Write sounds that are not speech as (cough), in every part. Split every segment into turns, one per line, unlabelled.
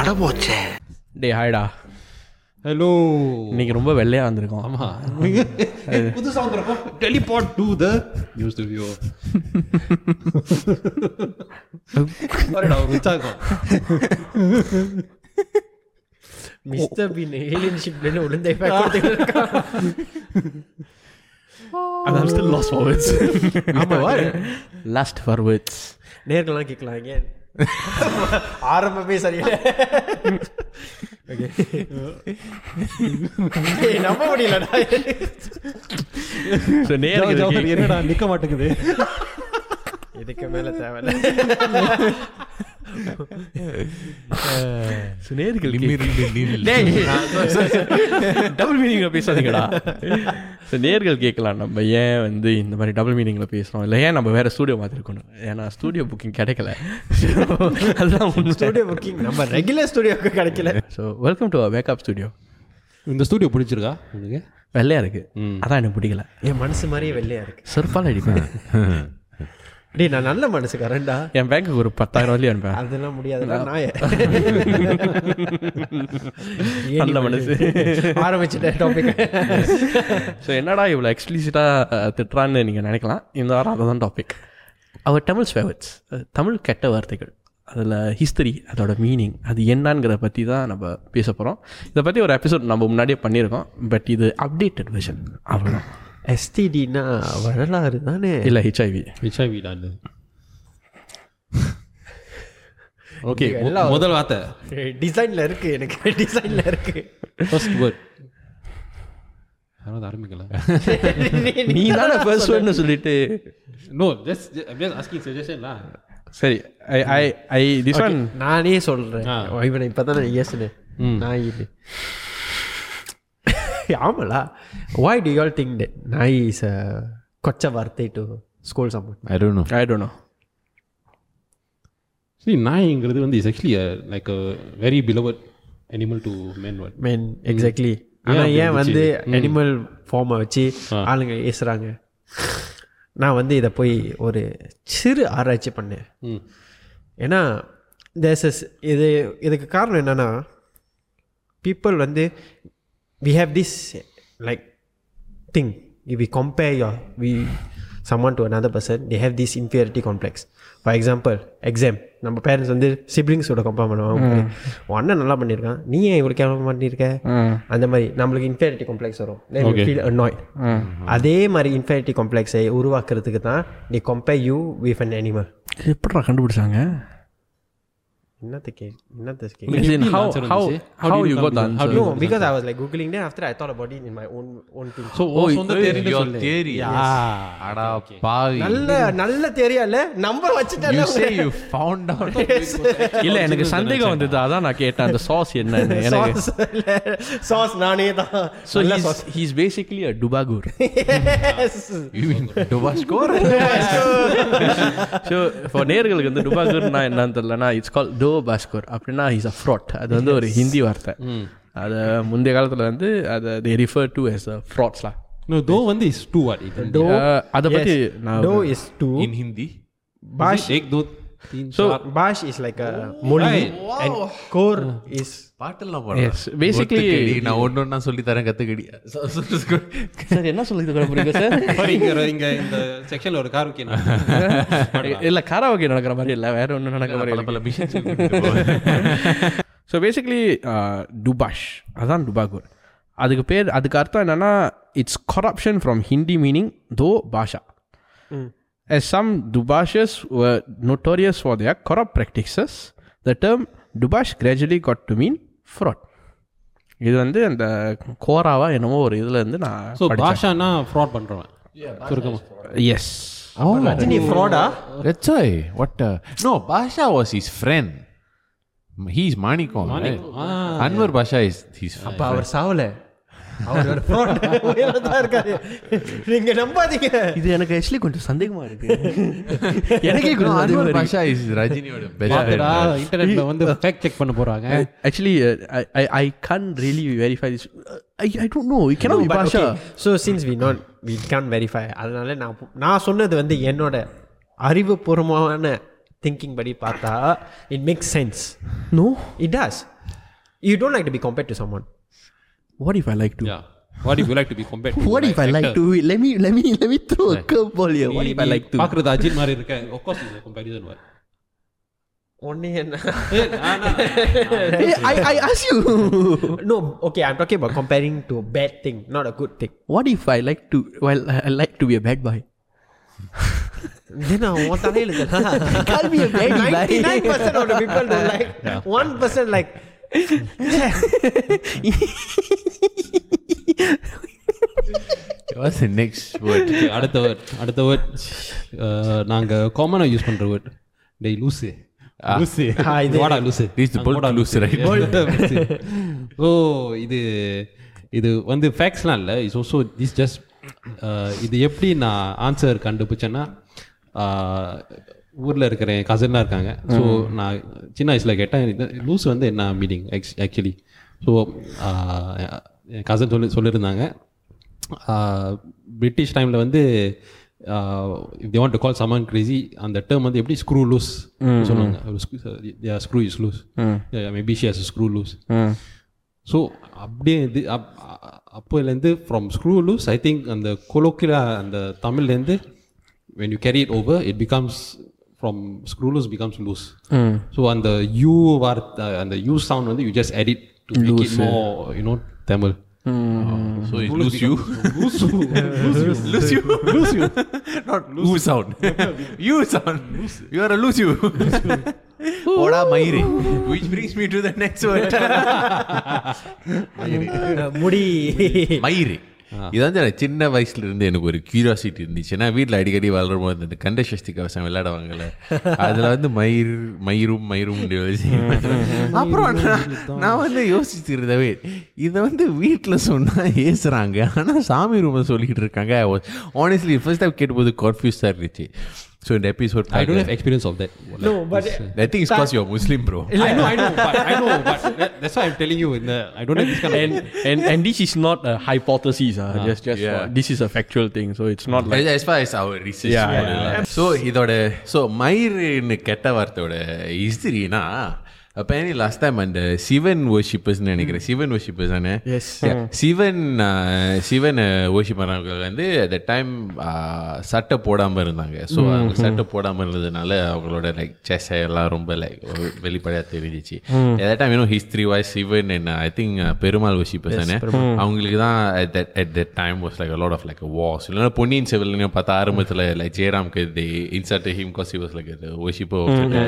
அடபோச்சே
டே ஹாய்டா
ஹலோ
இன்னைக்கு ரொம்ப வெள்ளையா வந்திருக்கோம் (laughs)
ஆமா புதுசா வந்திருக்கோம் டெலிபாட் டு த நியூஸ் ரிவ்யூ சாரிடா ஒரு உற்சாகம்
மிஸ்டர் பின் ஏலியன் ஷிப்லன்னு உளுந்தை கொடுத்துருக்கான்
and i'm still lost for words
lost for words
நேர்கள்லாம் கேட்கலாம் again. ஆரம்பமே சரியில்லை Okay. ஏய், நம்ப முடியலடா
ஸோ நேரம் (laughs)
என்னடா நிக்க மாட்டேங்குது
இதுக்கு மேல தேவையில்ல
ஸோ நேர்கள்
நிமிர்ந்து நில்
டபுள் மீனிங்ல பேசாதீங்கடா ஸோ நேர்கள் கேட்கலாம் நம்ம ஏன் வந்து இந்த மாதிரி டபுள் மீனிங்ல பேசுறோம் இல்லை ஏன் நம்ம வேற ஸ்டூடியோ மாத்திருக்கணும் ஏன்னா ஸ்டூடியோ புக்கிங் கிடைக்கல So, (laughs) அதுதான்
ஸ்டுடியோ புக்கிங் நம்ம ரெகுலர் ஸ்டுடியோக்கு கிடைக்கல
so welcome to makeup studio
இந்த ஸ்டுடியோ பிடிச்சிருக்கா உங்களுக்கு
வெள்ளையா இருக்கு அதான் எனக்கு பிடிக்கல
என் மனசு மாதிரியே வெள்ளையா இருக்கு
செருப்பால் அடிப்பேன் (laughs)
டேய் நான் நல்ல மனசுக்காரன்டா
என் பேங்க்குக்கு ஒரு பத்தாயிரம் வரையும் அனுப்பேன்
அதெல்லாம் முடியாதுடா (laughs) நாய
நல்ல மனசு.
ஆரம்பிச்சிட்டேன் டாபிக்
ஸோ என்னடா இவ்வளோ எக்ஸ்பிளிசிட்டாக திட்டுறான்னு நீங்கள் நினைக்கலாம் இந்த வாரம் அதுதான் டாபிக் அவர் தமிழ் ஃபேவர்ட்ஸ் தமிழ் கெட்ட வார்த்தைகள் அதில் ஹிஸ்டரி அதோட மீனிங் அது என்னங்கிறத பற்றி தான் நம்ம பேச போகிறோம் இதை பற்றி ஒரு எபிசோட் நம்ம முன்னாடியே பண்ணியிருக்கோம் பட் இது அப்டேட்டட் வெர்ஷன் அவ்வளோதான்
எஸ்டிடினா வரலாறு தானே
இல்லை ஹெச்ஐவி
ஹெச்ஐவி நான் ஓகே முதல் வார்த்தை
டிசைன்ல இருக்கு எனக்கு (laughs) டிசைன்ல இருக்கு
ஃபர்ஸ்ட் வேர்ட் யாராவது (laughs) ஆரம்பிக்கல
நீ தானே ஃபர்ஸ்ட் ஒன்று சொல்லிட்டு
நோ ஜஸ்ட் அப்படியே ஆஸ்கிங் சஜஷன்லாம்
சரி I I I this one
நானே சொல்றேன்
ஆ.
இவனை இப்பதான் யோசனை நாய் இது (laughs) ஆமாடா why do all think that நாய் இஸ் அ கொச்ச வார்த்தை to school summon
I don't know
I don't know
சரி நாய்ங்கிறது வந்து is actually like very beloved animal to man word
mean exactly ஆனா
அப்படி
ஏன் வந்து அனிமல் ஃபார்மை வச்சு ஆளுங்க ஏசுறாங்க நான் வந்து இதை போய் ஒரு சிறு ஆராய்ச்சி பண்ணேன்
ம்
ஏன்னா தேஸ் இஸ் இது இதுக்கு காரணம் என்னென்னா பீப்புள் வந்து we have this like thing we compare your we summon to another பர்சன் they have this inferiority complex for example exam நம்ம பேரண்ட்ஸ் வந்து சிப்ளிங்ஸோட கம்பேர் பண்ணுவாங்க உன் அண்ணன் நல்லா பண்ணியிருக்கான் நீ ஏன் இவ்வளோ கேவலமா பண்ணியிருக்க அந்த மாதிரி நம்மளுக்கு இன்ஃபேரிட்டி காம்ப்ளெக்ஸ் வரும் Then we feel annoyed. அதே மாதிரி இன்ஃபேரிட்டி காம்ப்ளெக்ஸை உருவாக்குறதுக்கு தான் they compare you with an animal
எப்படா கண்டுபிடிச்சாங்க
என்னத்த கே என்னத்த கே
As in, how,
answer
how,
வந்துச்சு? How
how
do you
you got the
come to- how
answer?
do
No, because I was like googling then after I thought about it in my own own thing.
So
Oh,
oh சொந்த தேரியில்
your
சொல்லு
தேரி அடா பாவி
நல்ல நல்ல தெரியா இல்ல number
you
வச்சுட்டேன்
சே
(laughs)
யூ ஃபவுண்ட் அவுட்
இல்ல எனக்கு சந்தேகம் வந்தது அதான் நான் கேட்டேன் அந்த சாஸ் (laughs) என்னன்னு எனக்கு
சாஸ் சாஸ் நானே தான்
ஸோ ஹீஸ் பேசிக்லி அ (laughs) டுபாகூர்
யூ டுபா ஸ்கோர்
ஸோ இப்போ நேர்களுக்கு வந்து டுபாகூர்னா என்னன்னு தெரியலனா இட்ஸ் கால் டோ பாஸ்கோர் அப்படின்னா இஸ் அ ஃப்ராட் அது வந்து ஒரு ஹிந்தி வார்த்தை அது முந்தைய காலத்துல வந்து அதை they refer to as a ஃப்ராட்ஸ்லாம்
நோ தோ வந்து இஸ் டூ வாட் இது
டோ
அதை பத்தி நான்
டோ இஸ் டூ
இன் ஹிந்தி
பாஷ் ஏக் தோ தீன்
ஸோ
பாஷ் இஸ் லைக் அ மொழி அண்ட் கோர்
Hmm.
இஸ்
பாட்டெல்லாம் பாடு
Yes, basically-
நான் ஒண்ணு ஒண்ணா சொல்லி தரேன் கத்துக்கடி
சார் என்ன சொல்லுது குழப்பறீங்க (laughs) சார்
சாரி இங்க ஒரு- இங்க இந்த செக்ஷன்ல ஒரு கார் ஓகே
(laughs) இல்ல கராவகி நடக்கிற மாதிரி இல்ல வேற ஒன்றும் நடக்கிற மாதிரி
பல
இருக்கு.
பல mission (laughs)
so basically dubash uh, அதான் டுபாகூர் அதுக்கு பேர் அதுக்கு அர்த்தம் என்னன்னா it's corruption from Hindi meaning தோ பாஷா As some Dubashes were notorious for their corrupt practices, the term Dubash gradually got to mean fraud. இது வந்து அந்த கோராவா என்னமோ ஒரு இதுல இருந்து நான்
ஸோ பாஷானா ஃப்ராட் பண்றவன்
எஸ்
Oh,
ரஜினி ஃப்ராடா
ரெச்சாய் what no Basha was his friend he is Manickam Anwar Basha is he's
அப்ப அவர் சாவல அவர் ஒரு ஃப்ராட் தான் இருக்காரு நீங்க நம்பாதீங்க
இது எனக்கு ஆக்சுவலி கொஞ்சம் சந்தேகமா (laughs) இருக்கு எனக்கே கொஞ்சம் சந்தேகமா
அன்வர்
இருக்கு.
பாஷா இஸ் ரஜினியோட
பாத்தடா
பெஸ்ட்
இன்டர்நெட்ல வந்து ஃபேக் செக் பண்ண போறாங்க
Oh,
Actually, uh, I, I I can't really verify this. Uh, I, I don't know. It cannot be Basha.
So scenes we not we can verify அதனால நான் பு- நான் சொன்னது வந்து என்னோட அறிவுபூர்வமான திங்கிங் படி பார்த்தா it makes sense
No.
It does You don't like to be compared to someone.
What if I like to?
Yeah. What if you like to be compared? to
What
that
if I like
actor?
to?
uh,
Wait, let me let me let me throw a curveball here. What
நீ-
if I
நீ
like to?
பார்க்கிறது அஜித் மாதிரி இருக்கேன் of course it's a comparison what
Only and
ஏய், நானா?
Hey, I I ask you. (laughs)
no, okay, I'm talking about comparing to a bad thing, not a good thing.
What if I like to? Well, I like to be a bad boy.
Then uh, what the hell is that?
Can't be a bad boy.
99% of the people don't like. One
(laughs)
person like.
What's the next word?
Okay, அடுத்த word அடுத்த word அஹ், நாங்க காமனா use பண்ற word டேய் லூசு லூசு
Ah, இது-
வாடா லூசு
This is the bold
போடா
loose, right?
Bold loose. ஓ இது இது வந்து ஃபேக்ஸ்லாம் இல்லை இஸ் ஆல்சோ திஸ் ஜஸ்ட் இது எப்படி நான் ஆன்சர் கண்டுபிடிச்சேன்னா ஊரில் இருக்கிற என் கசன்லாம் இருக்காங்க ஸோ நான் சின்ன வயசில் கேட்டேன் இது லூஸ் வந்து என்ன மீனிங் ஆக்சுவலி ஸோ என் கசன் சொல்லி சொல்லியிருந்தாங்க பிரிட்டிஷ் டைமில் வந்து they want to call someone crazy அந்த டேர்ம் வந்து எப்படி ஸ்க்ரூ லூஸ் சொல்லுவாங்க screw is loose maybe she has screw loose so அப்படியே இது அப் அ- அப்போலேருந்து from screw loose I think அந்த கொலோக்கியா அந்த தமிழ்லேருந்து when you carry it over it becomes from screw loose becomes loose so அந்த you வார்த்தை அந்த யூ சவுண்ட் வந்து you just edit to make it more you know Tamil
So it's lose you. (laughs) Lose you. Lose you. (laughs) Not lose. Who sound? you sound. You are a lose you. (laughs) Oda Maire. Which brings me to the (laughs) next word.
முடி
மயிறு இது வந்து எனக்கு சின்ன வயசுல இருந்து எனக்கு ஒரு கியூரியாசிட்டி இருந்துச்சு ஏன்னா வீட்டில் அடிக்கடி வளரும் போது இந்த கண்ட சஷ்டி கவசம் விளையாடுவாங்கல்ல அதில் வந்து மயிர் மயிரும் மயிரும் எழுதி அப்புறம் நான்- நான் வந்து யோசிச்சு இருந்தவே இதை வந்து வீட்டில் சொன்னால் ஏசுறாங்க ஆனால் சாமி ரூமில் சொல்லிக்கிட்டு இருக்காங்க ஆனஸ்ட்லி ஃபர்ஸ்ட் டைம் கேட்டபோது கன்ஃபியூஸாக இருந்துச்சு ஸோ இந்த episode
I don't have experience of that
no but
I think is cause you Muslim bro
I know, I know, but I know, but that- that's why I'm telling you. In the, I don't have this kind of.
And and and this is not a hypothesis. Uh,
Ah,
just just
yeah.
for- this is a factual thing. So it's not
(laughs)
like
As- as far as our research
Yeah,
model,
yeah,
lah. so இதோட so மயிருன்னு கெட்ட வார்த்தையோட ஹிஸ்டரினா அப்போ last time அந்த சிவன் வர்ஷிப்பர்ஸ்னு நினைக்கிறேன் Sivan worshippers தானே
Yes.
Yeah. uh, Sivan அஹ், சிவனை வர்ஷிப் பண்ணுறவங்க வந்து அந்த டைம் uh, சட்டை போடாமல் இருந்தாங்க ஸோ அவங்க சட்டை போடாமல் இருந்ததுனால அவங்களோட லைக் செஸ் எல்லாம் ரொம்ப லைக் வெளிப்படையாக தெரிஞ்சிச்சு எதை டைம் இன்னும் ஹிஸ்ட்ரி வைஸ் சிவன் என்ன ஐ திங்க் பெருமாள் வர்ஷிப்பர்ஸ் தானே அவங்களுக்கு தான் at that at that time was like a lot of like a wars இல்லைன்னா பொன்னியின் செவல்னு பார்த்தா ஆரம்பத்தில் லைக் ஜெயராம்க்கு they inserted him because he was like a worshipper of the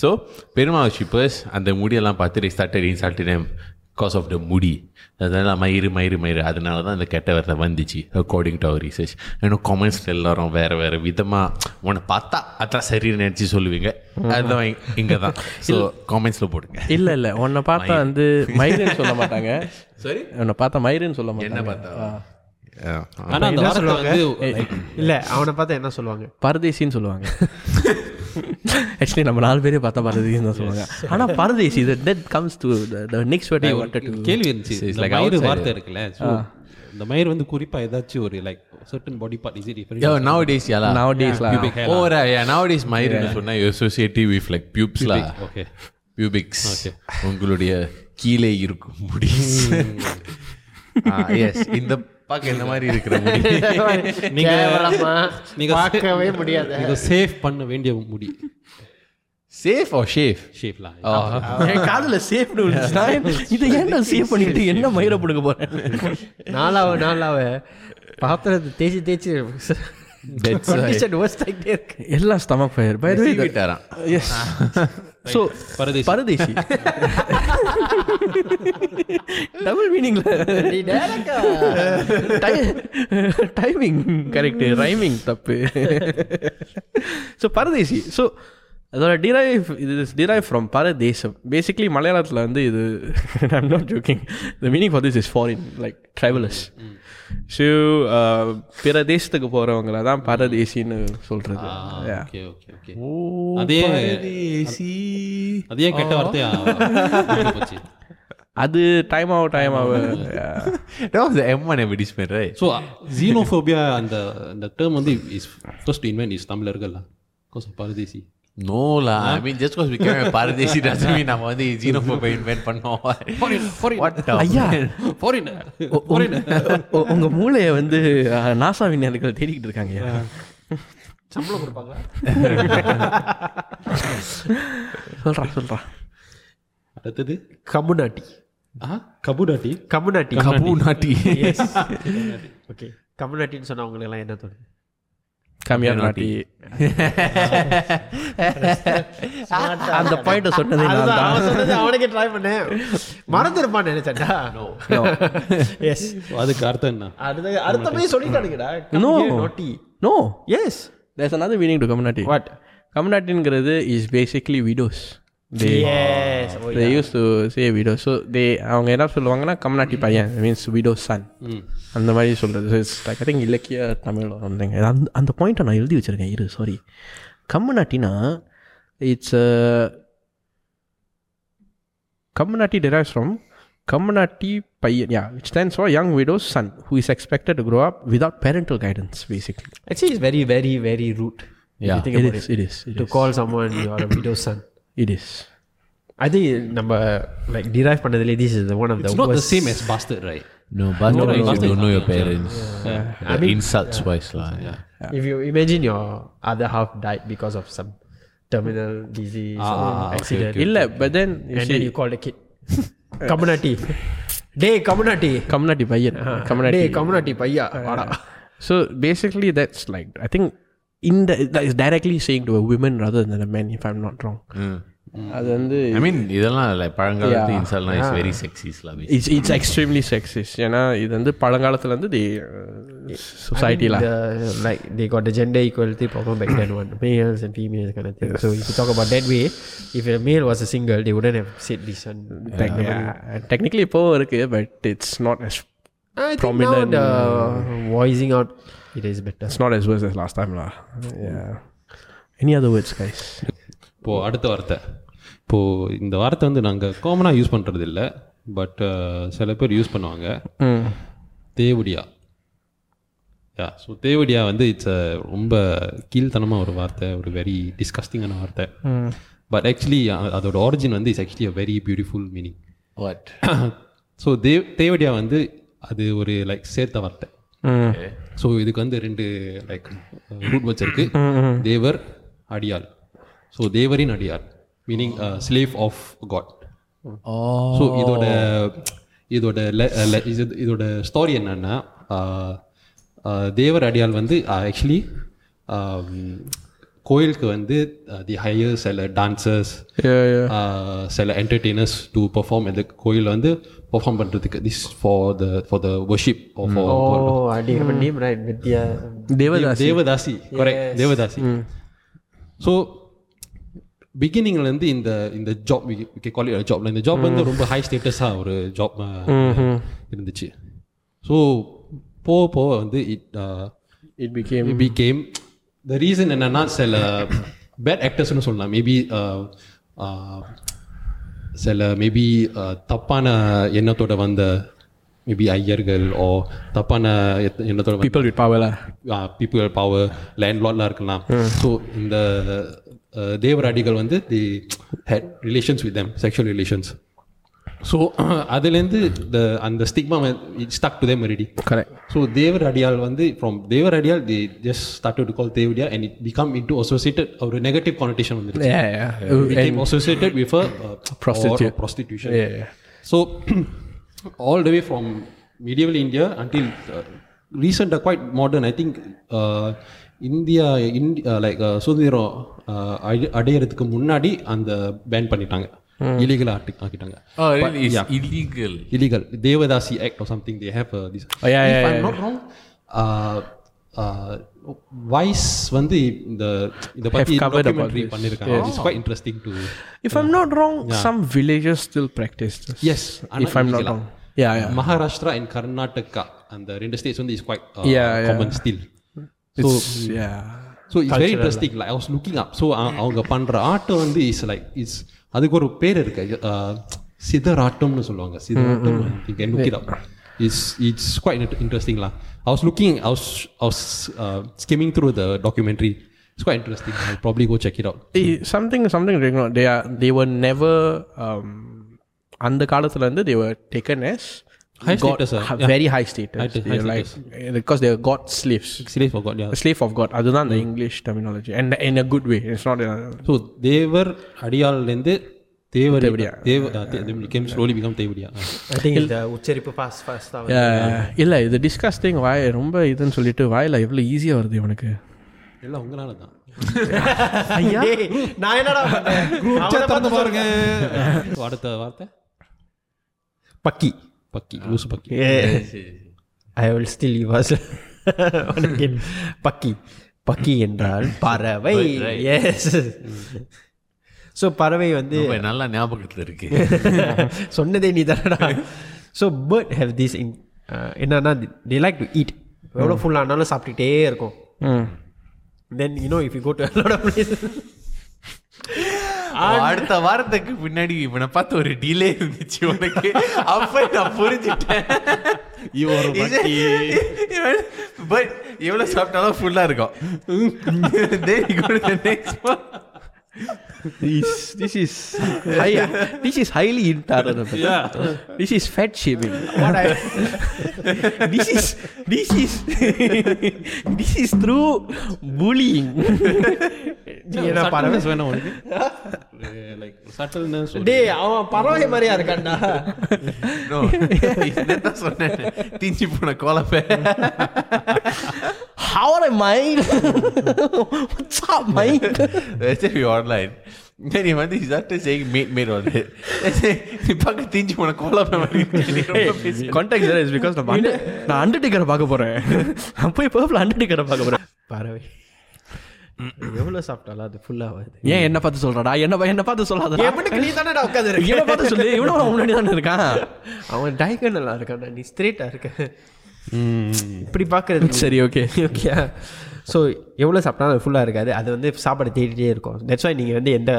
ஸோ பெருமாள் worshippers அந்த முடியெல்லாம் பார்த்து they started insulting him cause of the முடி அதனால மயிறு மயிறு மயிறு அதனால தான் இந்த கெட்ட வார்த்தை வந்துச்சு அக்கார்டிங் டு அவர் ரிசர்ச் இன்னும் காமெண்ட்ஸில் எல்லாரும் வேறு வேறு விதமாக உன்னை பார்த்தா அதான் சரின்னு நினச்சி சொல்லுவீங்க அதுதான் இங்கே தான் ஸோ காமெண்ட்ஸில் போடுங்க
இல்ல இல்ல உன்னை பார்த்தா வந்து மயிரன் சொல்ல மாட்டாங்க
சரி
உன்னை பார்த்தா மயிரன் (laughs) சொல்ல
என்ன
மாட்டாங்க
பார்த்தா ஆ.
ஆனா அந்த வார்த்தை வந்து
Eh,
இல்ல அவனை பார்த்தா என்ன சொல்லுவாங்க
பரதேசின்னு (laughs) சொல்லுவாங்க ஆக்சுவலி நம்ம நாலு பேரே பார்த்தா பரதேசின்னு தான் சொல்லுவாங்க ஆனா பரதேசி that comes to the next word I wanted to
கேள்வி இருந்துச்சு
It's
இந்த
like
மயிறு
outside. Ah.
வார்த்தை இருக்குல்ல so இந்த மயிறு வந்து குறிப்பா ஏதாச்சும் ஒரு like certain body part is
Yo,
different
nowadays, yeah, lah.
Nowadays lah.
Pubic hair. Oh, right, yeah. Nowadays, Mahir yeah. சொன்னா you associate it with like pubes lah.
Okay
Pubics. உங்களுடைய கீழே இருக்கும் முடி எஸ் இந்த பார்க்க இந்த மாதிரி இருக்கிற முடி
நீங்க
கேவலமா
நீங்க
பார்க்கவே முடியாது
நீங்க சேவ் பண்ண வேண்டிய முடி
சேஃப் ஆர் ஷேஃப்
ஷேப்லாம்
Ah, Oh.
என் காதுல சேஃப்னு விழுந்துச்சுன்னா (laughs) இதை ஏன்டா சேவ் பண்ணிட்டு என்ன மயிரை பிடுங்க போறேன்
நாலாவ நாளாவ பாத்திரத்தை தேய்ச்சி தேய்ச்சி கண்டிஷன் worst ஆகிட்டே இருக்கு
எல்லாம் stomach fire by the way
விட்டாராம்
எஸ் (laughs) ஸோ
பரதேசி.
Ah. (laughs) பரதேசி டபுள் மீனிங்ல (laughs) டைமிங் கரெக்ட் ரைமிங் தப்பு (laughs) ஸோ பரதேசி ஸோ அதோட டிரைவ் இது இஸ் டிரைவ் ஃப்ரம் பரதேசம் பேசிக்லி மலையாளத்தில் வந்து இது (laughs) I'm not joking the meaning for this is foreign like travellers so uh, பிற தேசத்துக்கு போகிறவங்கள தான் பரதேசின்னு சொல்கிறது
ஓகே ஓகே ஓகே
Oh,
அதே அதே கெட்ட வார்த்தையா
Oh.
போச்சு
அது டைம் ஆக டைம் ஆக
That was the M1 advertisement, right?
So xenophobia அந்த அந்த டேர்ம் வந்து இஸ் ஃபர்ஸ்ட் இன்வென்ட் இஸ் தமிழர்கள் கோசம் பரதேசி
No lah. I mean, just because we came a Paradesi (laughs) doesn't mean I'm on the xenophobia invent பண்ணோம். (laughs)
Foreign, foreign.
What the?
ஐயா
(laughs)
Foreigner.
உ- உங்க- உ- உங்க மூளையை வந்து அஹ், நாசா விஞ்ஞானிகள் தேடிக்கிட்டு இருக்காங்க ஐயா.
சம்பளம் கொடுப்பாங்களா
சொல்றா சொல்றா
அடுத்தது
கமுனாட்டி
ஆஹா கபூடாட்டி
கமுனாட்டி
கபூனாட்டி.
ஓகே கமுனாட்டின்னு சொன்னா உங்களுக்கு எல்லாம் என்ன தோணுது
கம்மியா நாட்டி
அந்த பாயிண்ட சொன்னதே நான்
அதுதான்,
தான்
அவன் சொன்னது அவனுக்கே ட்ரை பண்ணேன் மறந்துருப்பான்னு நினைச்சேன்டா எஸ்
அதுக்கு அர்த்தம் என்ன
அடுத்த அடுத்தபடி சொல்லிட்டானுங்கடா
No.
நாட்டி
no
yes
there's another meaning to community
what
கம்யூனிட்டிங்கிறது is basically widows they
yes
they use to say widow so they அவங்க என்ன சொல்லுவாங்கன்னா கம்யூனிட்டி பையன் மீன்ஸ் விடோ சன் அந்த மாதிரி சொல்கிறது ஐ திங்க் இலக்கிய தமிழ் வந்துங்க அந்த அந்த பாயிண்ட்டை நான் எழுதி வச்சுருக்கேன் இரு சாரி கம்யூனிட்டினா it's community derives from community பையன் யா which stands for young widow's son who is expected to grow up without parental guidance basically
actually it's very very very rude
Yeah.
if you think
it
about
is
it,
it is it
to
is
call someone your a widow son
it is
I think நம்ம like derive பண்ணதுலே this is the one of the
It's not the
worst
same as bastard, right?
(laughs) No, but no, you
bastard.
don't know your parents. The insults wise lah. Yeah.
if you imagine your other half died because of some terminal disease
Ah,
or
ah, okay,
accident
இல்ல but then
and then you call the kid community டேய் community
community பையன்
டேய்
community
community பையா
Uh,
வாடா
So basically, that's like I think in the that is directly saying to a woman rather than a man, if I'm not wrong. அது வந்து
Hmm. I mean, இதெல்லாம் like பழங்காலத்து
Yeah.
இன்சல்ட்லாம் is very sexist lah. basically.
It's it's extremely sexist ஏன்னா இது வந்து uh, பழங்காலத்துல இருந்து தி சொசைட்டில
the, like they got the gender equality problem back then one males and females kind of thing so if you talk about that way if a male was a single they wouldn't have said this and
technically இப்போ இருக்கு but it's not as
I think now
prominent-
the voicing out it is better.
It's not as worse as last டைம்ல any other words guys
இப்போ அடுத்த வார்த்தை இப்போ இந்த வார்த்தை வந்து நாங்கள் காமனாக யூஸ் பண்ணுறது இல்லை பட் சில பேர் யூஸ் பண்ணுவாங்க தேவடியா யா ஸோ தேவடியா வந்து இட்ஸ் ரொம்ப கீழ்த்தனமாக ஒரு வார்த்தை ஒரு வெரி டிஸ்கஸ்டிங்கான வார்த்தை பட் ஆக்சுவலி அதோட ஆரிஜின் வந்து it's actually a very beautiful (coughs) meaning
What?
So தேவ் தேவடியா வந்து அது ஒரு லைக் சேர்த்த வார்த்தை ஸோ இதுக்கு வந்து ரெண்டு லைக் ரூட் வேர்ட்ஸ் இருக்கு தேவர் அடியாள் ஸோ தேவரின் அடியாள் uh, meaning slave of god so இதோட இதோட le- uh, le- இது- இதோட ஸ்டோரி என்னன்னா ஆஹ், ஆஹ், தேவர் அடியாள் வந்து ஆக்சுவலி கோயிலுக்கு வந்து தி ஹையர் சில டான்சர்ஸ் சில என்டர்டெய்னர்ஸ் டு பெர்ஃபார்ம் இந்த கோயிலில் வந்து பெர்ஃபார்ம் பண்ணுறதுக்கு this for the for the worship
Oh, I didn't have a name right, Vidya.
தேவதாஸ்
தேவதாசி கரெக்ட் தேவதாசி ஸோ பிகினிங்லேருந்து இந்த இந்த ஜாப் கால் ஜாப்ல இந்த ஜாப் வந்து ரொம்ப ஹை ஸ்டேட்டஸாக ஒரு ஜாப் இருந்துச்சு ஸோ போக போக வந்து uh, it
it became
became the reason என்னன்னா சில பேட் ஆக்டர்ஸ்னு சொல்லலாம் மேபி சில மேபி தப்பான எண்ணத்தோட வந்த மேபி ஐயர்கள் ஓ தப்பான எத்- எண்ணத்தோட வந்த-
பீப்புள் வித் பவர்ல
uh, பீப்புள் பவர் லேண்ட்லார்ட்லாம் இருக்கலாம் ஸோ இந்த அஹ், தேவராடிகள் வந்து தி had relations with them sexual relations (clears throat) so அதுலேருந்து த அந்த stigma stuck to them ready
correct
so தேவரடியால் வந்து ஃப்ரம் தேவரடியால் தி ஜஸ்ட் ஸ்டார்டட் டு கால் தேவடியா and it become in to associated ஒரு நெகட்டிவ் கானடேஷன் வந்துருச்சு
Uh,
became associated with
Prostitute.
Prostitution So, (clears throat) all the way from medieval India until uh, recent, uh, quite modern, I think uh, India, in, uh, like uh, சுதந்திரம் uh, அடை- அடையறதுக்கு முன்னாடி அந்த pan பண்ணிட்டாங்க இல்லீகலாக ஆட்டி ஆக்கிட்டாங்க
Hmm. Oh, really? It's illegal.
Illegal devadasi act or something they have this
Oh, yeah, yeah, yeah,
not wrong voice uh, வந்து இந்த இதை பற்றி
covered about
டாக்குமெண்ட்ரி
this.
பண்ணியிருக்காங்க it's quite interesting to
if I'm not wrong some villages still practice this
yes
if I'm not wrong yeah yeah
Maharashtra and Karnataka அந்த ரெண்டு states வந்து is quite
Yeah, yeah.
Common still so
yeah
so it's very interesting like I was looking up so அவங்க பண்ணுற ஆட்டம் வந்து is like is அதுக்கு ஒரு பேர் இருக்கு அஹ், சிதறாட்டம்னு சொல்லுவாங்க சிதறாட்டம் you can look it up it's it's uh, quite இன்ட்ரெஸ்டிங்லாம் I was looking I was I was skimming through the documentary It's quite interesting. I'll probably go check it out.
Eh, something something going on. They are they were never um அந்த காலத்துல இருந்து they were taken as
High
god-
status, ah.
ha-
Yeah.
very high status.
High sta-
They
high
are like eh, because they are god slaves.
Slaves for God, yeah.
A slave of god. அதுதான்
Hmm.
அந்த English terminology and in a good way. It's not in a
So தேவர் அடியாள்லேருந்து தேவர்
தேவடியா.
தேவ uh, தே- they became slowly become தேவடியா
I think இந்த உச்சரிப்பு பாஸ் பாஸ் தான்
இல்லை இது டிஸ்கஸ்டிங் வாய் ரொம்ப இதுன்னு சொல்லிட்டு வாயில எவ்வளோ ஈஸியாக வருது இவனுக்கு
எல்லாம் உங்களால தான்
டேய், நான் என்னடா பண்ணேன்? அவனை பார்த்து
பாருங்க அடுத்த வார்த்தை
பக்கி
பக்கி லூசு பக்கி
ஐ வில் ஸ்டில் யூஸ் (laughs) பக்கி பக்கி என்றால் பறவை எஸ் ஸோ பறவை வந்து
ரொம்ப நல்லா ஞாபகத்துல இருக்கு
(laughs) சொன்னதே நீ தானடா so bird have this in uh, என்னன்னா தி லைக் டு ஈட் எவ்வளோ ஃபுல்லாக ஆனாலும் சாப்பிட்டுட்டே இருக்கும்
Hmm.
ம்
then you know if you go to a lot of place
அடுத்த வாரத்துக்கு பின்னாடி இவனை பார்த்து ஒரு டிலே இருந்துச்சு உனக்கு அப்ப நான் புரிஞ்சுட்டேன் பட் எவ்வளவு சாப்பிட்டாலும் ஃபுல்லா இருக்கும் Then you go to the next one.
This
(laughs)
is high, this is highly intolerable. This is fat shaming. this is this is (laughs) this is through bullying.
ஏன்னா பறவை
Subtleness வேணாம் உனக்கு லைக் சட்டல்னஸ்
டேய் அவன் பறவை மாதிரியா இருக்கான்டா
No, இதைத்தான் சொன்னேன் தீஞ்சு போன கோலப்பை
How are I mind? What's up, mind?
Let's say we online. Then he வந்து he's after saying mate mate on it. Let's say, நீ பார்க்க தீஞ்சு போன கோலப்பை மாதிரி இருக்கு. நீ ரொம்ப பேசு.
கான்டாக்ட் சார் இஸ் பிகாஸ் நம்ம under- நான் அண்டர்டேக்கரை பார்க்க போகிறேன்
நான் போய் பர்பிள் அண்டர்டேக்கரை பார்க்க போறேன்
பறவை எவ்வளோ சாப்பிட்டாலும் அது ஃபுல்லாக வருது
ஏன் என்ன பார்த்து சொல்கிறாடா என்ன என்ன பார்த்து சொல்லாத
எவனுக்கு நீ தானடா உட்காந்து
என்ன பார்த்து சொல்லு இவ்வளோ முன்னாடி தானே இருக்கான்
அவன் டயகனலாக இருக்கான்டா நீ ஸ்ட்ரெயிட்டாக இருக்க இப்படி பார்க்கறது
சரி
(laughs)
ஓகே
ஓகே ஸோ எவ்வளோ சாப்பிட்டாலும் அது ஃபுல்லாக இருக்காது அது வந்து சாப்பாடு தேடிட்டே இருக்கும் தட்ஸ் வை நீங்கள் வந்து எந்த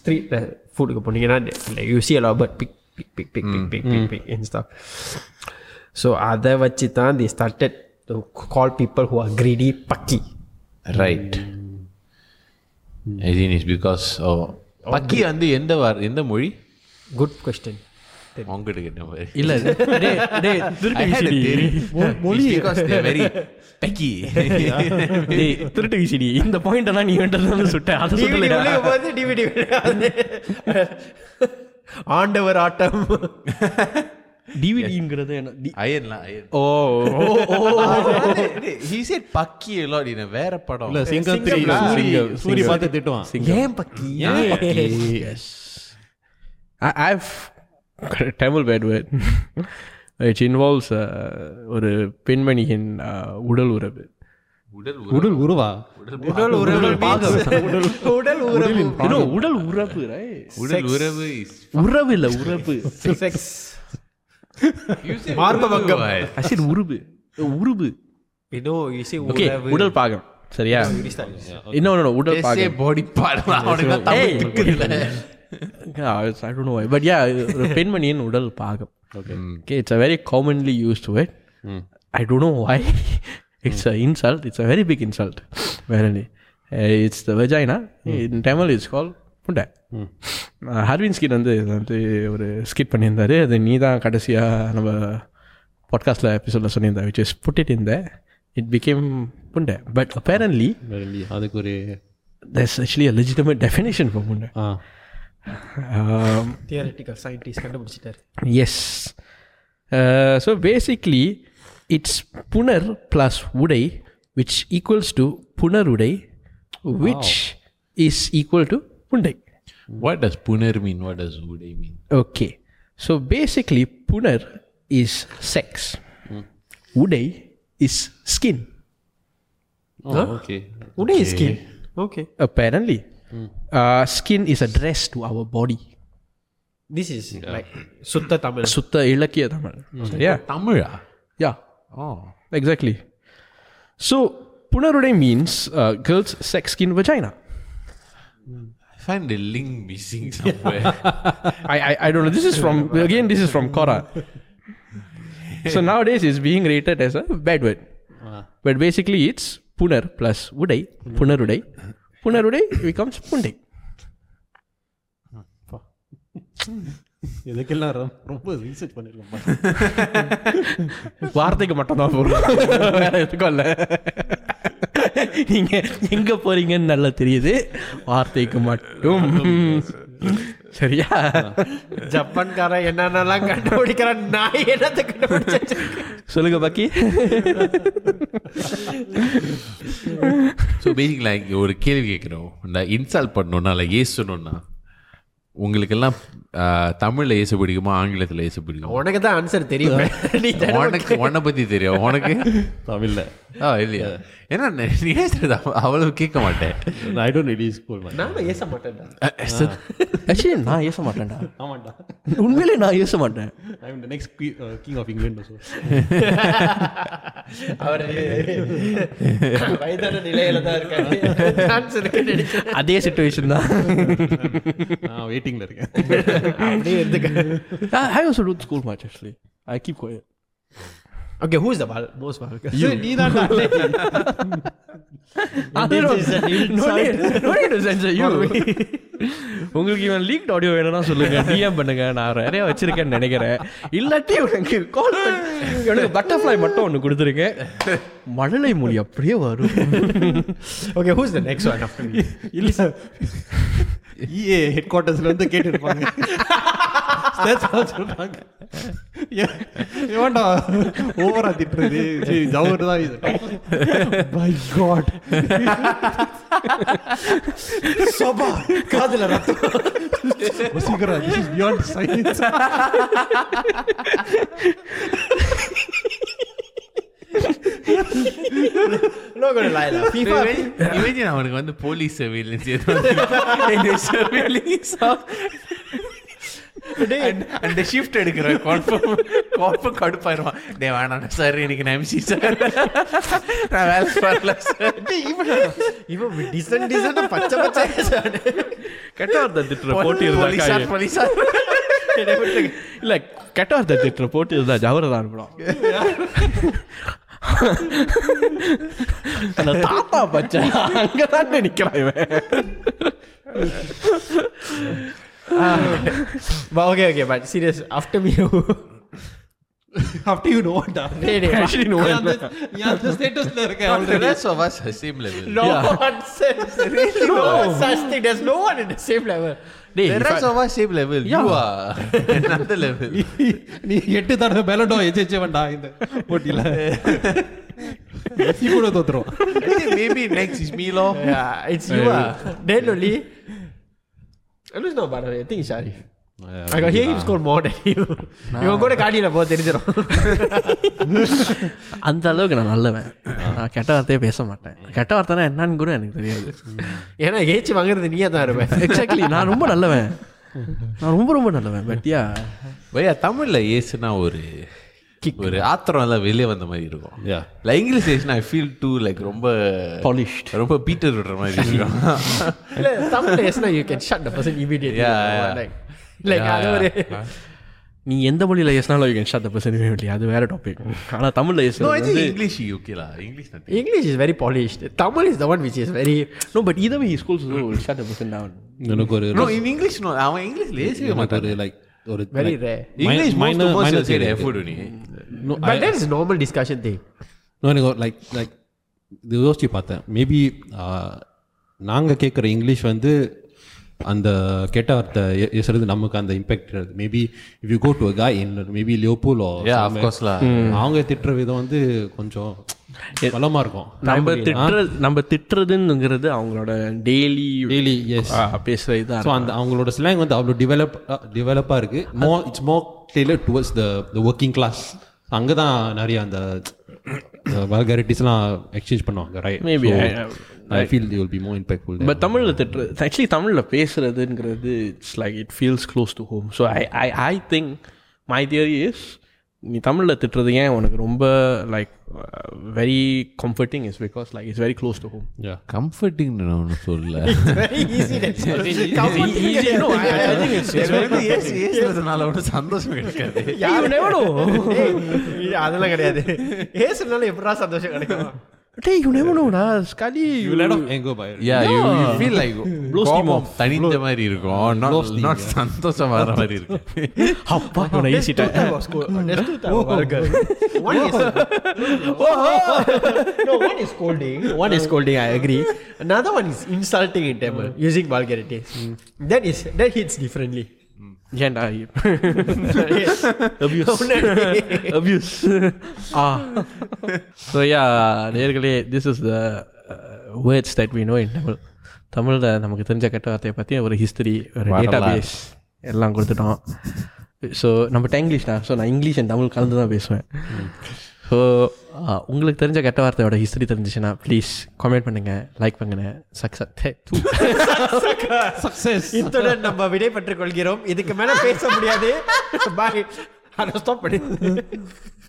ஸ்ட்ரீட்டில் ஃபுட்டுக்கு போனீங்கன்னா யூ சி அலா but big big big big big big big big Insta so அதை வச்சு தான் தி started call people who are greedy பக்கி
ரைட் இஸ் பிகாஸ் ஓ பக்கி வந்து எந்த வார் எந்த மொழி
குட் கொஸ்டின்
உங்ககிட்ட கேட்ட மாதிரி
இல்லை டே டே
(laughs) I had a theory. It's because they're very (laughs) picky.
டேய் திருட்டு விசிடி இந்த பாயிண்ட் எல்லாம் நீ வேண்டது சுட்ட அதை சுட்டல
டிவிடி (laughs) ஆண்டவர் ஆட்டம்
டிவிடிங்கிறது என்ன டி-
(laughs) Iron lah, iron.
O
Oh, (laughs) He said பக்கி a lot in a வேற படம்.
இல்ல சிங்கம்
Single
த்ரீ
தான்.
சிங்கம்
Single.
சூரிய பார்த்து திட்டுவான்
ஏன் பக்கி
ஏன்
Ah, (laughs)
பக்கி?
I have temple bad (laughs) word it's involves uh, ஒரு பெண்மணியின் uh, உடல் உறவு
உடல்
உடல் உருவா
(laughs)
உடல் உறவு உடல் உறவு
You know, உடல் உறவு right?
உடல் உறவு is
உறவு இல்ல (laughs) உறவு
செக்ஸ்
மார்பகம்
அசிட் உருவு உருவு
ஏதோ இசை
ஓகே உடல் பாகம் சரியா இன்னொன்னு உடல்
Say
பாகம்
body part lah. அவனுக்கு தான் தமிழ் புரியல.
பட் யா ஒரு பெண்மணியின் உடல் பாகம்
okay
Okay, it's a very commonly used word. I don't know why. it's an insult. It's a very big insult. Verily. Uh, it's the vagina. In Tamil, it's called punta. Harvin skit வந்து இது வந்து ஒரு skid பண்ணியிருந்தாரு அது நீ தான் கடைசியாக நம்ம பாட்காஸ்ட்டில் எபிசோடில் சொல்லியிருந்தா விச் இஸ் புட்டிட் இந்த இட் பிகேம் புண்டை பட் அப்பேரன்லி
அதுக்கு ஒரு
there's actually a legitimate definition for புண்டை
ஆ
um,
தியரட்டிக்கல் சயின்டிஸ்ட் கண்டுபிடிச்சிட்டாரு
Yes. Uh, so basically, it's punar plus uday, which equals to punar uday, which is equal to punday.
What does puner mean? What does uday mean?
Okay. So basically, punar is sex, uday is skin.
Okay
உடே skin okay
Apparently, uh, skin is a dress to our body.
This is like சுத்த Tamil
(laughs) Sutta ilakya Tamil. Yeah,
Tamizha?
yeah.
Oh.
Exactly. So, Punarude means uh, girl's sex skin vagina.
I find the link missing somewhere. (laughs)
I, I, I don't know. This is from, again, this is from Kora. Uh-huh. So nowadays it's being rated as a bad word. But basically it's புனர் plus உடை புனருடை புனருடை becomes புண்டை
இதுக்கெல்லாம் ரொ- ரொம்ப research பண்ணிருக்கோம்
வார்த்தைக்கு மட்டும்தான் போகிறோம் வேற எதுக்கும் இல்லை நீங்கள் எங்கே போகிறீங்கன்னு நல்லா தெரியுது வார்த்தைக்கு மட்டும் (laughs) சரியா
ஜப்பான்காரன் என்னென்னலாம் கண்டுபிடிக்கிறான் நான் என்னத்தை கண்டுபிடிச்சேன்
சொல்லுங்க பாக்கி
ஸோ பேசிக்கலாக இங்கே ஒரு கேள்வி கேட்குறோம் இந்த இன்சால்ட் பண்ணணும்னா இல்லை ஏசணும்னா உங்களுக்கெல்லாம் ஆ, தமிழ்ல ஏச பிடிக்குமா ஆங்கிலத்துல ஏச பிடிக்குமா
உனக்கு தான் ஆன்சர் தெரியும் நீ தானே
உனக்கு உன்னை பத்தி தெரியும் உனக்கு
தமிழில்
ஆ இல்லையா ஏன்னா நீ- நீ ஏசுறது அவ- அவ்வளவு கேட்க மாட்டேன்
ஐ டோன்ட் ரெடி ஸ்கூல்
(laughs) நானும் ஏச மாட்டேன்டா
ஆக்சுவலி நான் ஏச மாட்டேன்டா
ஆமாண்டா
உண்மையிலே நான் ஏச மாட்டேன்
I mean next king of England so
அவரு (laughs) வயதான நிலையில தான் இருக்காரு ஆன்சருக்கு நினைக்கிறேன்
அதே சுச்சுவேஷன் தான்
நான் வெயிட்டிங்கில் இருக்கேன் (laughs)
அப்படியே இருந்துக்க
I also two school match actually I keep quiet
okay who is the ball most ball
நீ தான்
உங்களுக்கு இவன் லீக் ஆடியோ வேணும்னா சொல்லுங்க டிஎம் பண்ணுங்க நான் நிறைய வச்சிருக்கேன்னு நினைக்கிறேன் இல்லாட்டி உனக்கு கால் எனக்கு பட்டர்ஃப்ளை மட்டும் ஒன்று கொடுத்துருங்க மழலை மொழி அப்படியே வரும்
okay who is the next one after
(laughs)
me
இல்லை இஏ ஹெட் குவார்ட்டர்ஸ்ல இருந்து (laughs) கேட்டுருப்பாங்க That's all சொல்றாங்க. ஏ- ஏன்டா ஓவரா திட்டுறது சரி, ஜவுரு தான் இது பை காட்
சோபா காதுல ரத்தம்
சீக்கிரம் this is beyond science
லோகோ லாயலா ஃபீஃபா
இமேஜின் அவனுக்கு வந்து போலீஸ் சர்வீலன்ஸ் அந்த ஷிஃப்ட் எடுக்கிற கான்ஃபர்ம் காப்பு கடுப்பாயிருவான் டே வேணாம் சார் எனக்கு நான் எம்சி சார் நான் வேலை பார்க்கல சார்
இவன் டிசன் டிசன் பச்சை பச்சை
கெட்ட வார்த்தை திட்டுற போட்டி இருந்தா
போலீஸ் போலீஸார்
இல்ல கெட்ட வார்த்தை திட்டுற போட்டி இருந்தா ஜவர தான் அனுப்பலாம் அந்த தாத்தா பச்சை அங்கதான் நிக்கிறான் இவன்
but okay, okay, but serious. After me, who?
after you know what
Dey, dey,
Actually, no one-
நீ அந்த ஸ்டேட்டஸ்ல இருக்க
rest of us are same level
no one says really no. such thing. There's no one in the same level.
டேய்,
the
if I-
rest of us same level you are (laughs) another level
நீ எட்டு தடவை பெலடோ எஜெச்சே வேண்டா இந்த போட்டியில நீ கூட தோத்துரும்
I think maybe next is me lor
Yeah, it's you. ah. Then only. At least not but I think it's Sharif. I got hear him score more than you. You go to Cardi போக (laughs) தெரிஞ்சிடும்
அந்த அளவுக்கு நான் நல்லவன் நான் கெட்ட வார்த்தையே பேச மாட்டேன் கெட்ட வார்த்தைனா என்னன்னு கூட எனக்கு தெரியாது
ஏன்னா ஏச்சு வாங்குறது நீயா தான் (laughs) இருப்பேன்
எக்ஸாக்ட்லி நான் ரொம்ப நல்லவன் நான் ரொம்ப ரொம்ப நல்லவன் பட்டியா
பையா தமிழ்ல ஏசுனா ஒரு ஒரு ஆத்திரம் எல்லாம் வெளியே வந்த மாதிரி இருக்கும்
Yeah.
லைக் இங்கிலீஷ் ஏசுனா ஐ ஃபீல் டூ லைக் ரொம்ப
Polished.
ரொம்ப பீட்டர் விடுற (laughs) மாதிரி இருக்கும்
இல்ல தமிழ் பேசினா you can shut the person immediately
Yeah, yeah.
Like like அது ஒரு
நீ எந்த மொழியில் ஏசினாலும் you can shot the person இல்லையா அது வேற டாபிக் ஆனால் தமிழில்
நோ ஐ
ஏசினா
திங்க் இங்கிலீஷ் ஓகே லா இங்கிலீஷ் நத்தி
English is very polished Tamil is the one which is very
no but இதவே schools shot the person down
எனக்கு ஒரு
நோ இன் இங்கிலீஷ் நோ அவன் இங்கிலீஷ் லேசவே
எனக்கு
மாட்டாரு
ஒரு லைக் ஒரு
Very
like,
rare.
mi-
English
minor-
minor
minor
minor side
theory.
Effort நீ
No, I-
but that is normal discussion
(laughs)
thing
no, எனக்கு ஒரு like லைக் இது யோசிச்சு பார்த்தேன் மேபி நாங்கள் கேட்குற இங்கிலீஷ் வந்து அந்த கெட்ட வார்த்தை ஏ- ஏசுறது நமக்கு அந்த impact maybe if you go to காய் இன் மேபி லியோபூலோ
யா ஆஃப் கோர்ஸ் (laughs) லா
அவங்க திட்டுற விதம் வந்து கொஞ்சம் பலமாக இருக்கும்
நம்ம திட்டுறது நம்ம திட்டுறதுங்கிறது அவங்களோட டெய்லி
டெய்லி எஸ்
பேசுகிற இதாக
ஸோ அந்த அவங்களோட ஸ்லாங் வந்து அவ்வளோ டெவலப் டெவலப்பாக இருக்குது more it's more Taylor towards the the working class அங்கே தான் நிறைய அந்த வல்காரிட்டிஸ்லாம் எக்ஸ்சேஞ்ச் பண்ணுவாங்க right
Maybe, I-
I feel they will be more impactful
but தமிழில் திட்டுறது ஆக்சுவலி தமிழில் பேசுறதுங்கிறது it's like it feels close to home so I I I think my theory is நீ தமிழில் திட்டுறது ஏன் உனக்கு ரொம்ப uh, like very comforting is because like it's very close to home
yeah
comforting நான் ஒன்று (laughs) சொல்லல
வெரி ஈஸி
ஏசு ஏசுறதுனால ஒன்றும் சந்தோஷம் கிடைக்காது
(laughs)
யாரு அதெல்லாம் கிடையாது ஏசுனால எப்படா சந்தோஷம் கிடைக்கும்
டேய் யூ நெவர் நோடா ஸ்கலி
You let off anger by it.
Yeah, you, you feel like கோபம் தனித்த மாதிரி இருக்கும்
blow
not
steam,
not
yeah.
சந்தோஷம் வர மாதிரி இருக்கு
அப்பா உன
(laughs)
Two type of scold-
Hmm.
There's two type of
Oh. (laughs)
vulgar. One is
Oh,
(laughs) no, one is scolding. One is scolding. I agree. Another one is insulting in Tamil using vulgarity.
Hmm.
That is that hits differently. (laughs)
ஏன்டா
(laughs)
Yes.
Abuse (laughs) abuse ஆ so yeah Ah. நேர்களே this is the uh, words that we know in Tamil தமிழில் நமக்கு தெரிஞ்ச கெட்ட வார்த்தையை பற்றி ஒரு history ஒரு டேட்டா
வரலாறு.
பேஸ் எல்லாம் கொடுத்துட்டோம் ஸோ நம்ம டேங்கிலீஷ் தான் ஸோ நான் இங்கிலீஷ் அண்ட் தமிழ் கலந்து தான் பேசுவேன் ஸோ உங்களுக்கு தெரிஞ்ச கெட்ட வார்த்தையோட ஹிஸ்டரி தெரிஞ்சிச்சுன்னா ப்ளீஸ் கமெண்ட் பண்ணுங்கள் லைக் பண்ணுங்கள் சக்ஸஸ்
Success.
இத்துடன் நம்ம விடை பெற்றுக் கொள்கிறோம் இதுக்கு மேல பேச முடியாது பாய் அதை ஸ்டாப் பண்ணி